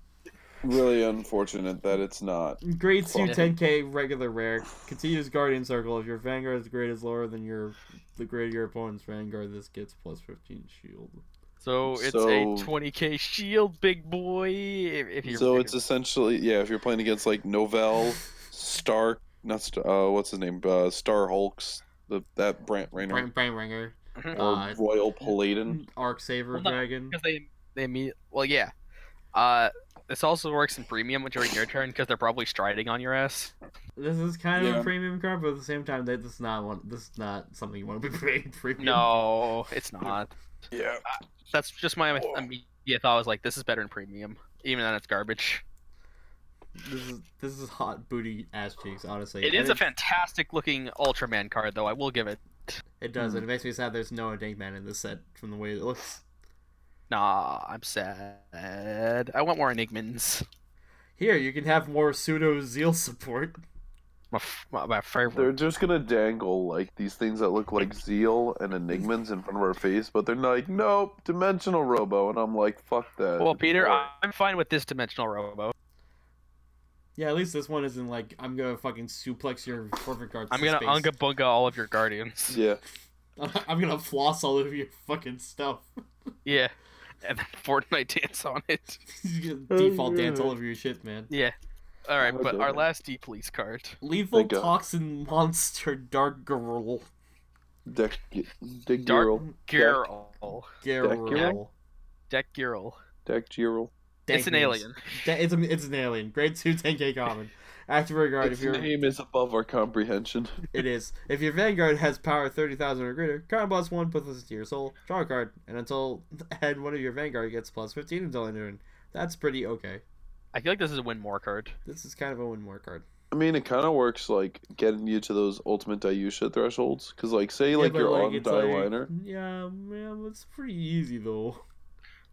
C: Really unfortunate that it's not.
B: Grade two,
A: Yeah.
B: 10k, regular rare. Continues Guardian Circle. If your Vanguard's grade is lower than your the grade of your opponent's Vanguard, this gets plus 15 shield.
A: So it's
C: So-
A: a 20k shield, big boy. If, if you
C: So
A: if
C: it's essentially yeah. If you're playing Oh, against like Novell, Stark, not Star, uh, what's his name, uh, Star Hulks, the, that Brant Rainer
B: Brain, brain Ringer,
C: or
B: uh,
C: Royal Paladin.
B: Arc Saver
A: Well, no,
B: Dragon.
A: because they they meet. Well, yeah. Uh, this also works in premium during your turn because they're probably striding on your ass.
B: This is kind of
C: Yeah.
B: a premium card, but at the same time, that this is not one. This is not something you want to be paying premium.
A: No, it's not.
C: Yeah,
A: That's just my immediate thought. Was like, this is better in premium, even though it's garbage.
B: this is this is hot booty ass cheeks. Honestly,
A: It
B: And
A: is a fantastic looking Ultraman card, though. I will give it.
B: It
C: Hmm.
B: does. and It makes me sad. There's no Dankman in this set from the way it looks.
A: Nah, I'm sad. I want more Enigmans.
B: Here, you can have more pseudo zeal support.
A: My, f- my, my
C: they're
A: favorite.
C: just gonna dangle like these things that look like Zeal and Enigmans in front of our face, but they're like, nope, Dimensional Robo, and I'm like, fuck that.
A: Well, Peter, I- I'm fine with this dimensional robo.
B: Yeah, at least this one isn't like I'm gonna fucking suplex your perfect cards.
A: I'm
B: to
A: gonna
B: space.
A: unga bunga all of your guardians.
C: yeah,
B: I'm gonna floss all of your fucking stuff.
A: Yeah, and then Fortnite dance on it.
B: You're gonna
C: Oh,
B: default dance
C: yeah.
B: all over your shit, man.
A: Yeah. All right,
C: Oh,
A: but our
C: damn.
A: last D police card.
B: Lethal
C: Thank God.
B: toxin monster dark girl.
C: Deck, Deck
A: Dark-
C: Girl,
A: Girl.
B: Girl.
A: Deck Girl.
C: Deck Girl.
A: It's an
B: Dank names.
A: alien.
B: Da- it's, a, it's an alien. Grade two, 10k common. Active regard.
C: Its
B: If your
C: name is above our comprehension.
B: it is. If your vanguard has power 30,000 or greater, card plus one puts this into your soul. Draw a card, and until and one of your vanguard gets plus 15 until end of turn. That's pretty okay.
A: I feel like this is a win more card.
B: This is kind of a win more card.
C: I mean, it kind of works like getting you to those ultimate Diusha thresholds. Because, like, say,
B: Yeah,
C: like,
B: but,
C: you're on
B: it's
C: die
B: like-
C: liner.
B: Yeah, man, it's pretty easy though.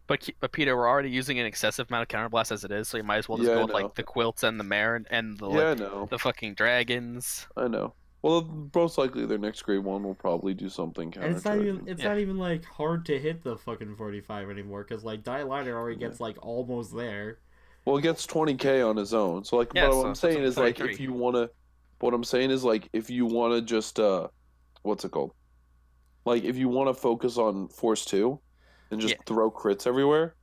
A: But, Ke- but Peter, we're already using an excessive amount of counterblast as it is, so you might as well just
C: Yeah, I
A: go with
C: know.
A: like the quilts and the mare and, and the
C: Yeah, I
A: like,
C: know.
A: the fucking dragons.
C: I know. Well, most likely their next grade one will probably do
B: And
C: something counter.
B: it's not even it's
A: Yeah.
B: not even like hard to hit the fucking 45 anymore because like die liner already gets like almost there.
C: Well, it gets 20k on his own. So, like,
A: Yeah,
C: but
A: so
C: what I'm
A: it's like
C: saying is, like, if
A: 33.
C: you want to, what I'm saying is, like, if you want to just, uh, what's it called? Like, if you want to focus on force two and just
A: Yeah.
C: throw crits everywhere,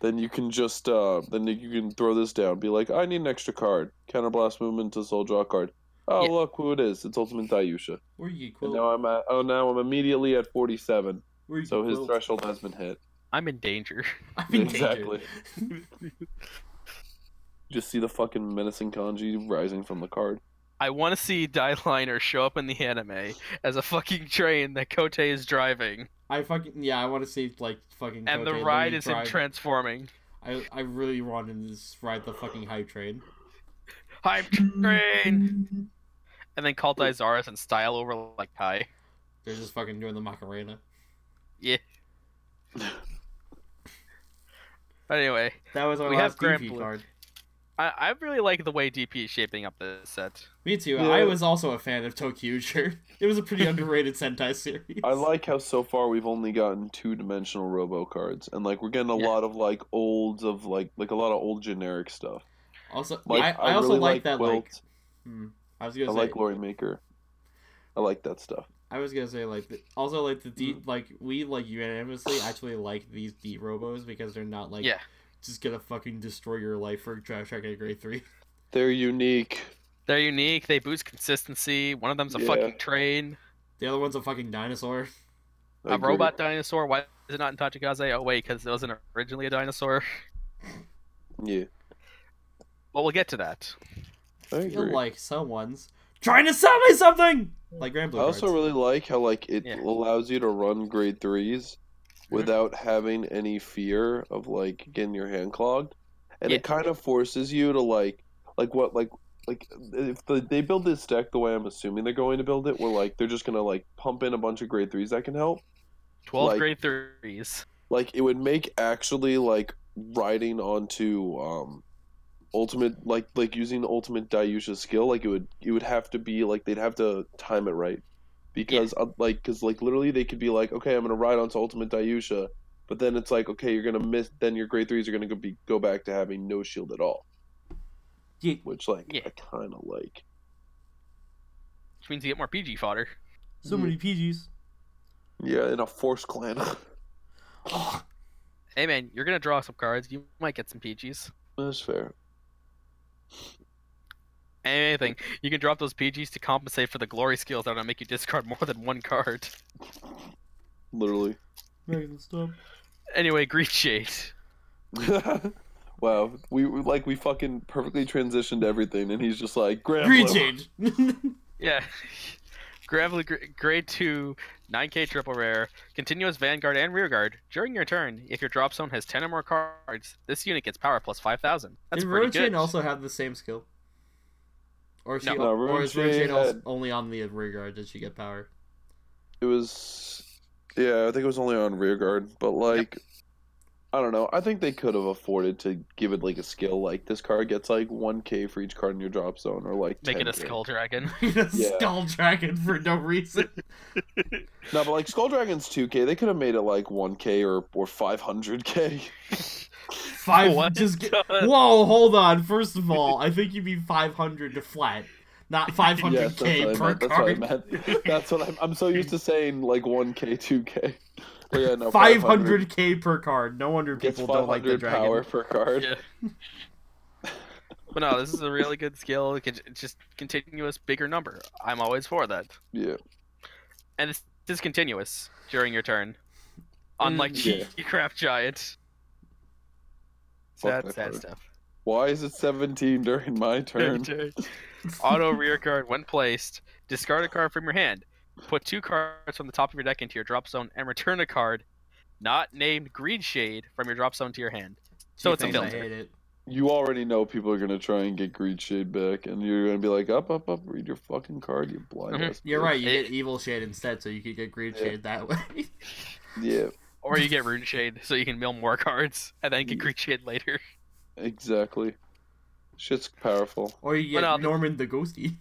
C: then you can just, uh, then you can throw this down. Be like, I need an extra card. Counterblast movement to soul draw card. Oh,
A: Yeah.
C: look who it is. It's Ultimate Diusha.
B: Where you
C: And
B: quilt?
C: now I'm at, oh, now I'm immediately at 47.
B: Where you
C: So his
B: quilt?
C: threshold has been hit.
A: I'm in danger.
B: I'm in danger.
C: Exactly. Just see the fucking menacing kanji rising from the card.
A: I want to see Die Liner show up in the anime as a fucking train that Kote is driving,
B: I fucking yeah. I want to see like fucking.
A: and
B: Kote
A: the ride
B: literally
A: is him
B: drive-
A: transforming.
B: I I really want him to just ride the fucking hype train.
A: Hype train! And then call Dizaris and style over like Kai.
B: They're just fucking doing the Macarena.
A: But anyway,
B: That was our
A: We have
B: last
A: Grand
B: DP
A: Blue.
B: card.
A: I, I really like the way DP is shaping up this set.
B: Me too.
C: Yeah.
B: I was also a fan of Tokyuger. It was a pretty underrated Sentai series.
C: I like how so far we've only gotten two dimensional robo cards, and like we're getting a
A: Yeah.
C: lot of like olds of like like a lot of old generic stuff.
B: Also,
C: Like
B: I, I, also
C: really
B: like, that.
C: Wilt.
B: Like, hmm, I was gonna
C: I
B: say,
C: like Lori Maker. I like that stuff.
B: I was gonna say like the, also like the D
C: Mm.
B: like we like unanimously actually like these D robos because they're not like
A: Yeah.
B: just gonna fucking destroy your life for Drive Track at grade three.
C: They're unique.
A: They're unique, they boost consistency. One of them's a
C: Yeah.
A: fucking train,
B: The other one's a fucking dinosaur.
C: I
A: a
C: agree.
A: robot dinosaur. Why is it not in Tachikaze? Oh, wait, because it wasn't originally a dinosaur.
C: Yeah,
A: But we'll get to that.
C: I
B: I feel
C: agree.
B: like someone's trying to sell me something. Like Grand
C: I
B: Blue
C: also
B: cards.
C: really like how like it
A: Yeah.
C: allows you to run grade threes without having any fear of like getting your hand clogged, and
A: Yeah.
C: it kind of forces you to like like what like like if the, they build this deck the way I'm assuming they're going to build it, where like they're just gonna like pump in a bunch of grade threes that can help.
A: 12
C: Like-
A: grade threes.
C: Like it would make actually like riding onto um ultimate like like using the ultimate Dayusha skill like it would it would have to be like they'd have to time it right because uh, like because like literally they could be like okay I'm gonna ride onto ultimate Dayusha but then it's like okay you're gonna miss then your grade threes are gonna go be go back to having no shield at all
B: Yeah.
C: which like
A: Yeah.
C: I kind of like
A: Which means you get more PG fodder.
B: so
C: Hmm.
B: many PGs.
C: yeah in a force clan
B: Oh,
A: Hey man, you're gonna draw some cards. You might get some PGs.
C: that's fair
A: anything. You can drop those PGs to compensate for the glory skills that are gonna make you discard more than one card.
C: Literally.
B: Making stop.
A: Anyway, Green Shade.
C: wow. We we- like we fucking perfectly transitioned everything, and he's just like Grand
B: Green
C: Blue."
B: change.
A: Yeah. Gravelly gr- Grade 2, 9k triple rare, continuous vanguard and rearguard. During your turn, if your drop zone has 10 or more cards, this unit gets power plus 5,000. That's
B: Did
A: pretty
B: Rochain
A: good.
B: also have the same skill? Or she,
A: No.
C: No,
B: or is
C: Rochain
B: Rochain also
C: had-
B: only on the rear guard? Did she get power?
C: It was. Yeah, I think it was only on rear guard, but like. I don't know. I think they could have afforded to give it like a skill. Like this card gets like one k for each card in your drop zone, or like
A: Make it a
C: 10K.
A: skull dragon.
B: a
C: Yeah.
B: skull dragon for no reason.
C: No, but like Skull Dragon's two K, they could have made it like one K or or five hundred K.
B: Five.
A: What?
B: Just get, whoa, hold on. First of all, I think you'd be five hundred to flat, not five
C: Yes,
B: hundred
C: that's what I
B: k per card.
C: meant. That's what I meant. That's what I'm. I'm so used to saying like one K, two K. But yeah, no.
B: Five hundred k per card. No wonder
C: gets
B: people
C: five
B: don't like the
C: hundred
B: dragon.
C: power per card.
A: Yeah. But no, this is a really good skill. It can- it's just continuous bigger number. I'm always for that.
C: Yeah.
A: And it's just continuous during your turn. Unlike
C: Mm. Yeah.
A: yeah. Crap Giant.
C: Fuck
A: Sad,
C: that
A: sad
C: card.
A: stuff.
C: Why is it seventeen during my turn?
A: Auto rear guard when placed. Discard a card from your hand. Put two cards from the top of your deck into your drop zone and return a card not named Green Shade from your drop zone to your hand. So it's a
B: Jeez, I
A: filter.
B: hate it.
C: You already know people are gonna try and get Greed Shade back, and you're gonna be like, up, up, up, read your fucking card, you blind
A: Mhm.
C: ass.
B: Mm-hmm. You're
C: bitch."
B: right. You
A: It-
B: get evil shade instead, so you could get green
C: Yeah.
B: shade that way.
C: Yeah,
A: Or you get Rune Shade so you can mill more cards and then get Green Shade later.
C: exactly. Shit's powerful.
B: or you
A: But
B: get
A: no, the-
B: Norman the Ghosty.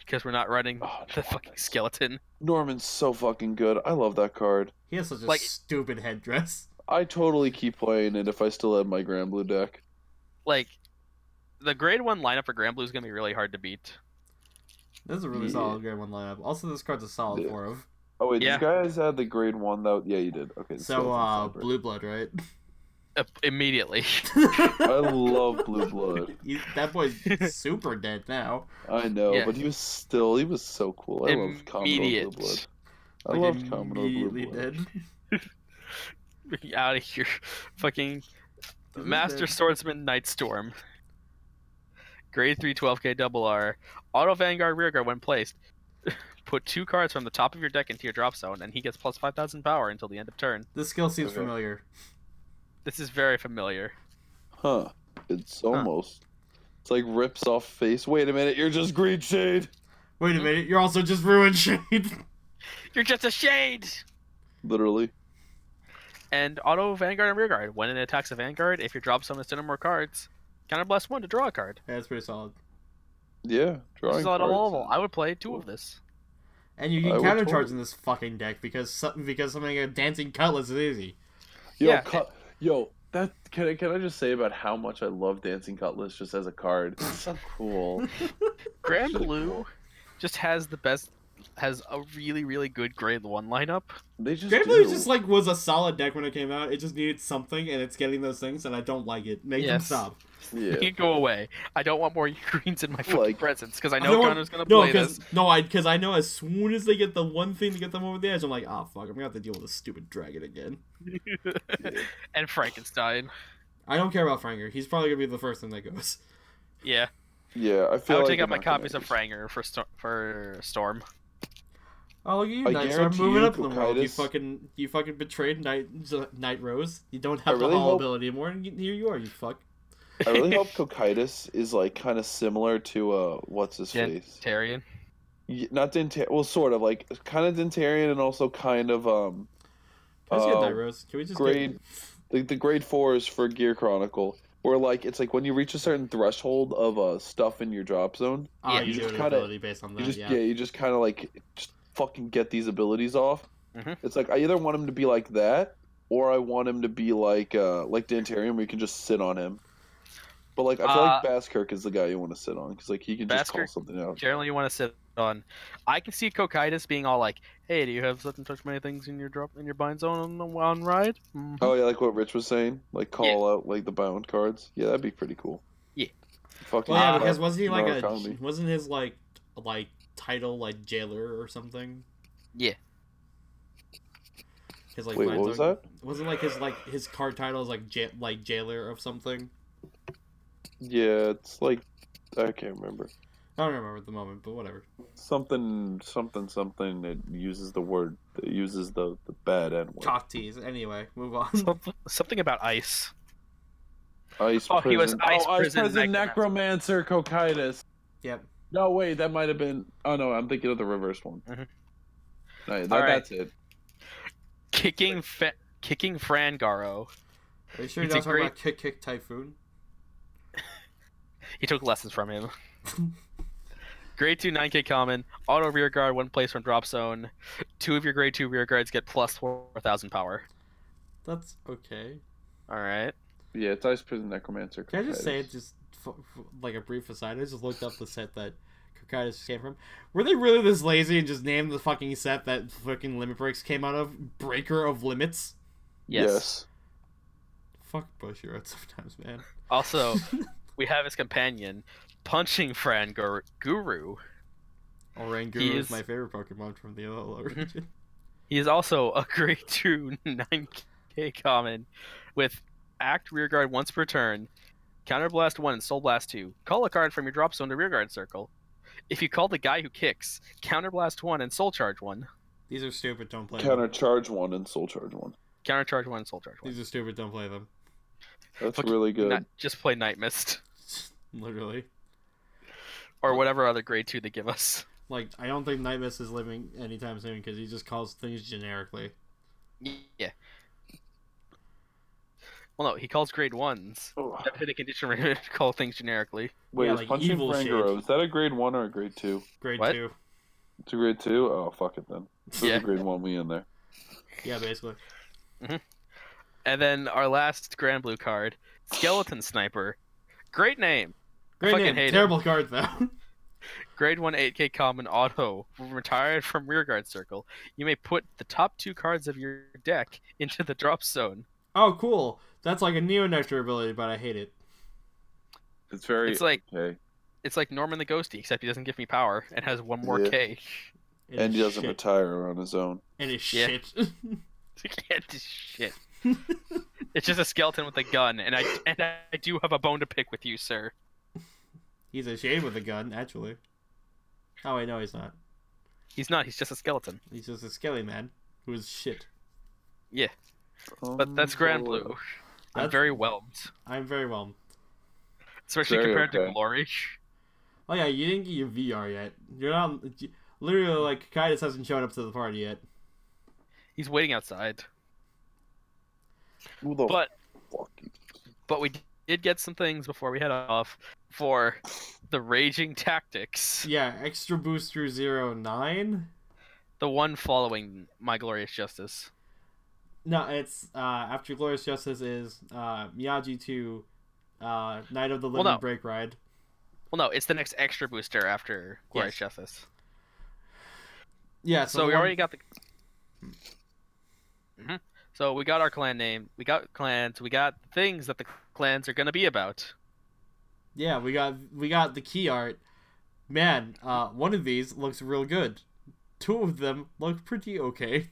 A: Because we're not running
C: Oh,
A: the fucking skeleton.
C: Norman's so fucking good. I love that card.
B: He has such a
A: Like-
B: stupid headdress.
C: I totally keep playing it if I still have my Grand Blue deck.
A: Like, the grade 1 lineup for Grand Blue is going to be really hard to beat.
B: That's a really
C: Yeah.
B: solid grade one lineup. Also, this card's a solid
C: Yeah.
B: four of.
C: Oh wait,
A: Yeah.
C: you guys had the grade one though. Yeah, you did. Okay.
B: So, uh,
C: Skeleton's
B: blue blood, right?
A: Uh, immediately.
C: separate. I love Blue Blood.
B: He- that boy's super dead now.
C: I know,
A: Yeah.
C: but he was still he was so cool. I love Commodore Blue
A: Immediate.
C: Blood. I
B: Like,
C: loved Commodore
B: immediately
C: Blue Blood.
B: dead.
A: out of here. Fucking
B: Dude,
A: Master
B: that-
A: Swordsman Nightstorm. Grade 3 12k double R. Auto Vanguard Rearguard when placed. Put two cards from the top of your deck into your drop zone, and he gets plus 5,000 power until the end of turn.
B: This skill seems
C: Okay.
B: familiar.
A: This is very familiar.
C: Huh. It's almost it's like rips off face. Wait a minute, you're just green shade.
B: Wait a
C: Hmm?
B: minute, you're also just ruined shade.
A: You're just a shade!
C: Literally.
A: And auto Vanguard and Rearguard. When it attacks a Vanguard, if your drop zone has 10 or more cards, counter blast one to draw a card.
B: That's pretty solid.
C: Yeah.
A: This
C: Drawing.
A: is on a
C: cards.
A: level. I would play two of this.
B: And you
C: I
B: can
C: would
B: countercharge
C: totally-
B: in this fucking deck because something because something like a dancing cutlass is easy.
C: Yo,
A: Yeah.
C: cut, yo, that can I can I just say about how much I love Dancing Cutlass just as a card? It's so cool.
A: Grand
C: Should've
A: Blue just has the best, has a really, really good grade 1 lineup.
C: They just
B: Grand Blue
C: do.
B: just like was a solid deck when it came out. It just needed something, and it's getting those things, and I don't like it. Make
A: Yes.
B: them stop.
C: yeah.
A: You go away. I don't want more greens in my fucking
C: Like-
A: presence because I
B: I don't
A: know
B: want-
A: Connor's gonna
B: No,
A: play
B: because
A: this.
B: no, I because I know as soon as they get the one thing to get them over the edge, I'm like, oh fuck, I'm gonna have to deal with a stupid dragon again.
A: and Frankenstein.
B: I don't care about Franger. He's probably gonna be the first thing that goes.
A: Yeah,
C: Yeah, I
A: I
C: feel
A: would
C: like
A: take out
C: I'm
A: my
C: not gonna
A: copies of
C: use-
A: Franger for sto- for Storm.
B: Oh look at you,
C: I
B: Knight Star
C: guarantee
B: moving
C: you,
B: up in the world. You
C: Cocytus-
B: fucking you fucking betrayed Knight Z- Knight Rose. You don't have
C: I really
B: the hall
C: hope-
B: ability anymore, and here you are, you fuck.
C: I really hope Cocytus is like kind of similar to uh, what's his
A: Dan-
C: face?
A: Tarion.
C: Y- Not Dentarian. Well, sort of like kind of Dentarian and also kind of um
B: Can we just get
C: Uh,
B: Knight Rose? Can we just
C: grade- the, the grade fours for Gear Chronicle, where like it's like when you reach a certain threshold of uh stuff in your drop zone,
B: Get... Oh,
A: Yeah,
B: you,
A: you
B: just
C: just
B: an
C: kinda-
B: ability based on that.
C: You just
B: yeah.
C: yeah. you just kind of like just fucking get these abilities off.
B: Mm-hmm.
A: Mhm.
C: It's like I either want him to be like that, or I want him to be like uh like Dantarian, where you can just sit on him. But like I feel like
B: Uh,
C: Baskirk is the guy you want to sit on because like he can just call
A: Baskirk-
C: something out.
A: Generally, you want to sit on. I can see Cocytus being all like, "Hey, do you have such and such many things in your drop in your bind zone on the on ride?" Mhm.
C: Oh yeah, like what Rich was saying, like call out like the bound cards. Yeah, that'd be pretty cool. Fucking
B: Well, yeah,
A: Uh,
B: because wasn't he like a
C: Murakami.
B: wasn't his like like title like jailer or something?
A: Yeah.
B: His like
C: Wait,
B: final
C: what was
B: title-
C: that?
B: Wasn't like his like his card title is like ja- like jailer of something.
C: Yeah, it's like I can't remember.
B: I don't remember at the moment, but whatever.
C: Something something something that uses the word that uses the, the bad N word.
B: Cock tease. Anyway, move on.
A: Something- Something about ice.
C: Ice
A: Oh,
C: prison.
A: he was ice prison
C: necromancer Cocytus.
B: Yep.
C: No, wait, that might have been. Oh no, I'm thinking of the reversed one.
A: Mhm.
C: All right, that,
A: All right.
C: That's it.
A: Kicking fe- kicking Frangaro.
B: Are you sure you're
A: It's
B: not
A: a
B: talking
A: great-
B: about kick kick typhoon?
A: He took lessons from him. grade two nine K common auto rear guard one place from drop zone. Two of your grade two rear guards get plus four thousand power.
B: That's okay.
A: All right.
C: Yeah, it's ice prison necromancer.
B: Can I just say,
C: Cocytus.
B: just f- f- like a brief aside, I just looked up the set that Cocytus came from. Were they really this lazy and just named the fucking set that fucking Limit Breaks came out of Breaker of Limits?
A: Yes.
B: Fuck Bushiroad sometimes, man.
A: Also, we have his companion punching Frangaro Guru.
B: Oranguru
A: He
B: is
A: is- Mhm.
B: my favorite Pokemon from the Alola region.
A: He is also a grade two nine K common with act rear guard once per turn. Counter blast one and soul blast two. Call a card from your drop zone to rear guard circle. If you call the guy who kicks, counter blast one and soul charge one.
B: These are stupid. Don't play
C: Counter
B: them.
C: charge one and soul charge one.
A: Counter charge one and soul charge one.
B: These are stupid. Don't play them.
C: That's
A: Fucking
C: really good.
A: Not just play Night Mist
B: Literally,
A: or whatever other grade two they give us.
B: like I don't think Nightmist is living anytime soon because he just calls things generically.
A: Yeah. Well, no, he calls grade ones.
C: Oh,
A: That hit a condition where you call things generically.
C: Wait,
B: Yeah,
C: is
B: like
C: punching
B: evil shit.
C: Frangaro, is that a grade one or a grade two?
B: Grade
A: What?
B: two.
C: It's a grade two? Oh, fuck it then. If It's
A: Yeah.
C: a grade one, we in there.
B: Yeah, basically.
A: And then our last grand blue card, Skeleton Sniper. Great name.
B: Great
A: fucking
B: name.
A: hate him.
B: Terrible card though.
A: Grade 1 8k common auto, retired from rearguard circle. You may put the top two cards of your deck into the drop zone.
B: Oh, cool. That's like a Neo Nectar ability, but I hate it.
C: It's very.
A: It's like
C: okay.
A: it's like Norman the Ghosty, except he doesn't give me power and has one more
C: Yeah.
A: K.
B: It
C: And
B: is
C: he doesn't
B: shit.
C: retire on his own.
B: And it's
A: Yeah.
B: shit.
A: You can't do shit. it's just a skeleton with a gun, and I and I do have a bone to pick with you, sir.
B: he's a shade with a gun, actually. Oh wait, no, he's not.
A: He's not. He's just a skeleton.
B: He's just a skelly man who is shit.
A: Yeah, but
C: Um,
A: that's grand
C: uh,
A: blue. I'm
B: That's-
A: very whelmed,
B: I'm very well.
A: especially
C: Very
A: compared
C: okay.
A: to glory.
B: Oh yeah, you didn't get your VR yet. You're not literally like Kaitis hasn't shown up to the party yet.
A: He's waiting outside,
C: Who the
A: but
C: fuck?
A: but we did get some things before we head off for the raging tactics.
B: Yeah, extra boost through zero nine.
A: The one following my glorious justice.
B: No, it's uh, after Glorious Justice is uh, Miyagi to uh, Night of the
A: Well,
B: Living
A: no.
B: Break Ride.
A: Well, no, it's the next extra booster after glorious
B: Yes.
A: justice.
B: Yeah,
A: So
B: the
A: we
B: one-
A: already got the. Mhm. So we got our clan name. We got clans. We got things that the clans are gonna be about.
B: Yeah, we got we got the key art. Man, uh, one of these looks real good. Two of them look pretty okay.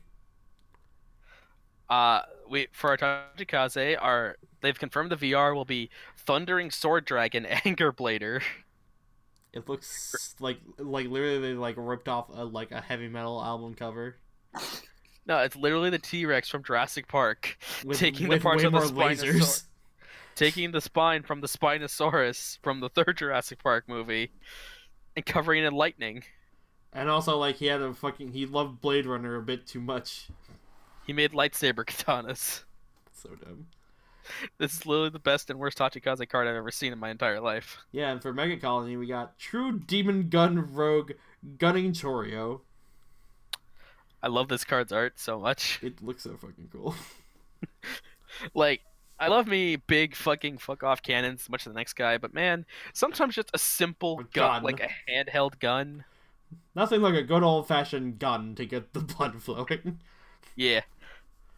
A: Uh, we for our Tajikaze are they've confirmed the VR will be Thundering Sword Dragon Anger Blader.
B: It looks like like literally they like ripped off a like a heavy metal album cover
A: No, it's literally the T Rex from Jurassic Park
B: with,
A: taking
B: with
A: the parts
B: way
A: of the
B: more
A: spinosaurus,
B: lasers.
A: taking the spine from the Spinosaurus from the third Jurassic Park movie, and covering it in lightning.
B: And also like he had a fucking he loved Blade Runner a bit too much.
A: He made lightsaber katanas.
B: So dumb.
A: This is literally the best and worst Tachikaze card I've ever seen in my entire life.
B: Yeah, and for Mega Colony we got True Demon Gun Rogue Gunning Chorio.
A: I love this card's art so much.
B: It looks so fucking cool.
A: Like, I love me big fucking fuck off cannons as much as the next guy, but man, sometimes just a simple
B: A
A: gun,
B: gun.
A: like a handheld gun.
B: Nothing like a good old fashioned gun to get the blood flowing.
A: Yeah.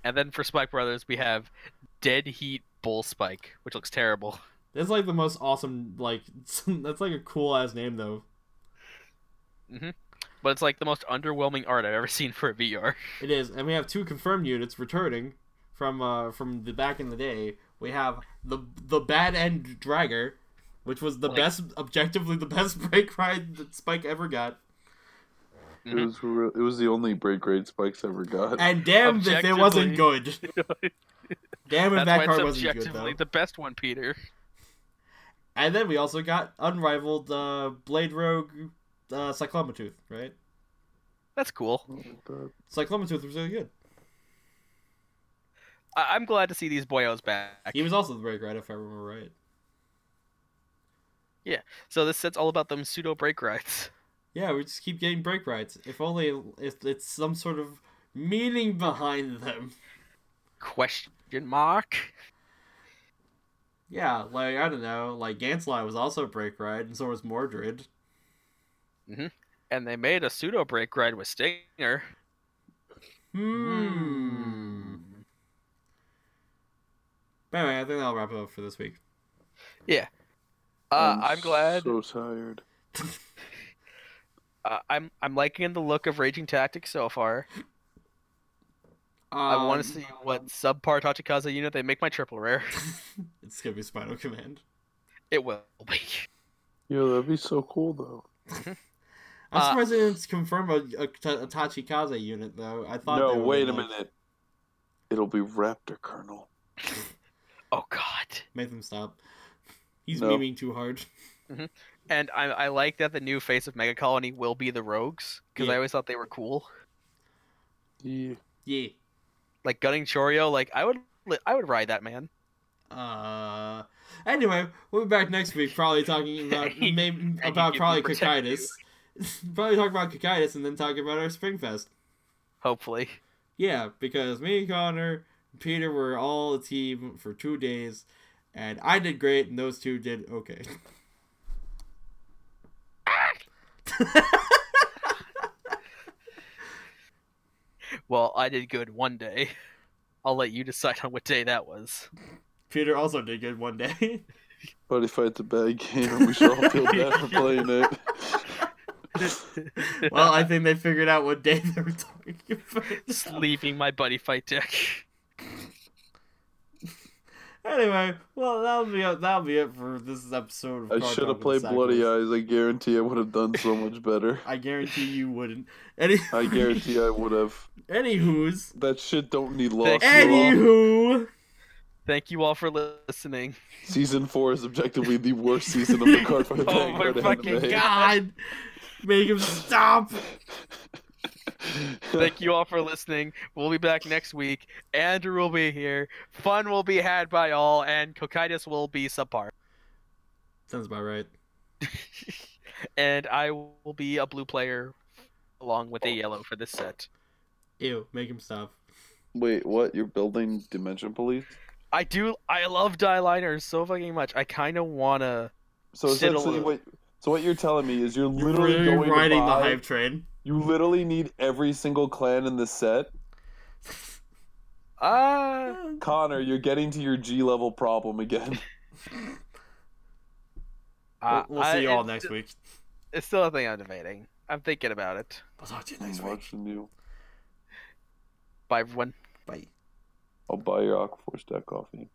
A: And then for Spike Brothers, we have Dead Heat Bull Spike, which looks terrible.
B: That's like the most awesome. Like that's like a cool ass name though.
A: But it's like the most underwhelming art I've ever seen for a VR.
B: It is, and we have two confirmed units returning from uh from the back in the day. We have the the bad end dragger, which was the
A: Like-
B: best, objectively the best break ride that Spike ever got.
A: Mhm. Uh,
C: It was re- it was the only break grade Spikes ever got.
B: And damn if it wasn't good. damn
A: That's
B: if that
A: why it's
B: card wasn't good
A: objectively
B: though.
A: the best one, Peter.
B: And then we also got unrivaled uh, Blade Rogue uh, Cyclomatooth, right?
A: That's cool.
C: Oh,
B: Cyclomatooth was really good.
A: I- I'm glad to see these boyos back.
B: He was also the break ride, if I remember right.
A: So this set's all about them pseudo break rides.
B: Yeah, we just keep getting break rides. If only if it's some sort of meaning behind them.
A: Question mark.
B: Yeah, like I don't know, like Ganslai was also a break ride, and so was Mordred.
A: And they made a pseudo break ride with Stinger.
B: Hmm. But anyway, I think that'll wrap it up for this week. Um,
A: Uh, I'm glad.
C: So tired.
A: Uh, I'm I'm liking the look of Raging Tactics so far.
B: Um,
A: I want to see what subpar Tachikaze unit they make my triple rare.
B: It's gonna be Spinal Command.
A: It will be.
C: Yo, that'd be so cool though.
B: I'm
A: Uh,
B: surprised they didn't confirm a, a, Ta- a Tachikaze unit though. I thought.
C: No,
B: they would've
C: wait a
B: been like,
C: minute. It'll be Raptor Colonel.
A: Oh God.
B: Make them stop. He's
C: No.
B: memeing too hard.
A: And I I like that the new face of Mega Colony will be the Rogues because
B: Yeah.
A: I always thought they were cool.
C: Yeah.
B: Yeah.
A: Like gunning Chorio, like I would li- I would ride that man.
B: Uh. Anyway, we'll be back next week, probably talking about
A: He-
B: maybe
A: he
B: about
A: can
B: probably
A: protect you.
B: Cocytus. probably talk about Cocytus and then talk about our Springfest.
A: Hopefully.
B: Yeah, because me, Connor, and Peter were all a team for two days, and I did great, and those two did okay.
A: Well, I did good one day. I'll let you decide on what day that was.
B: Peter also did good one day.
C: But if I had to bad game, we should all feel bad for playing it.
B: well, I think they figured out what day they were talking about.
A: Just leaving my buddy fight deck.
B: Anyway, well, that'll be it. That'll be it for this episode. Of
C: I
B: Card
C: should
B: Talk
C: have
B: with
C: played
B: the
C: Bloody
B: Sackboys.
C: Eyes. I guarantee I would have done so much better.
B: I guarantee you wouldn't. Any,
C: I guarantee I would have.
B: Anywho's.
C: That shit don't need loss. law.
B: Anywho.
A: Thank you all for listening.
C: Season four is objectively the worst season of the card fight.
A: Oh my
C: Vanguard
A: fucking
C: anime.
B: God. Make him stop.
A: Thank you all for listening. We'll be back next week. Andrew will be here. Fun will be had by all, and Cocytus will be subpar.
B: Sounds about right.
A: And I will be a blue player along with a yellow for this set.
B: Ew. Make him stop.
C: Wait, what? You're building Dimension Police?
A: I do. I love die liners so fucking much. I kind of wanna.
C: So
A: Sit
C: essentially,
A: alone.
C: what? So what you're telling me is you're
B: You're
C: literally
B: really
C: going
B: riding
C: to
B: the
C: buy,
B: hype train.
C: You literally need every single clan in the set.
A: Ah.
C: Connor, you're getting to your G level problem again.
A: Uh,
B: we'll, we'll see you all
A: it's-
B: next week.
A: It's still a thing I'm debating. I'm thinking about it.
B: I'll talk to you
C: I'm
B: next week.
C: watching you.
A: Bye, everyone.
B: Bye.
C: I'll buy your Aquaforce deck coffee.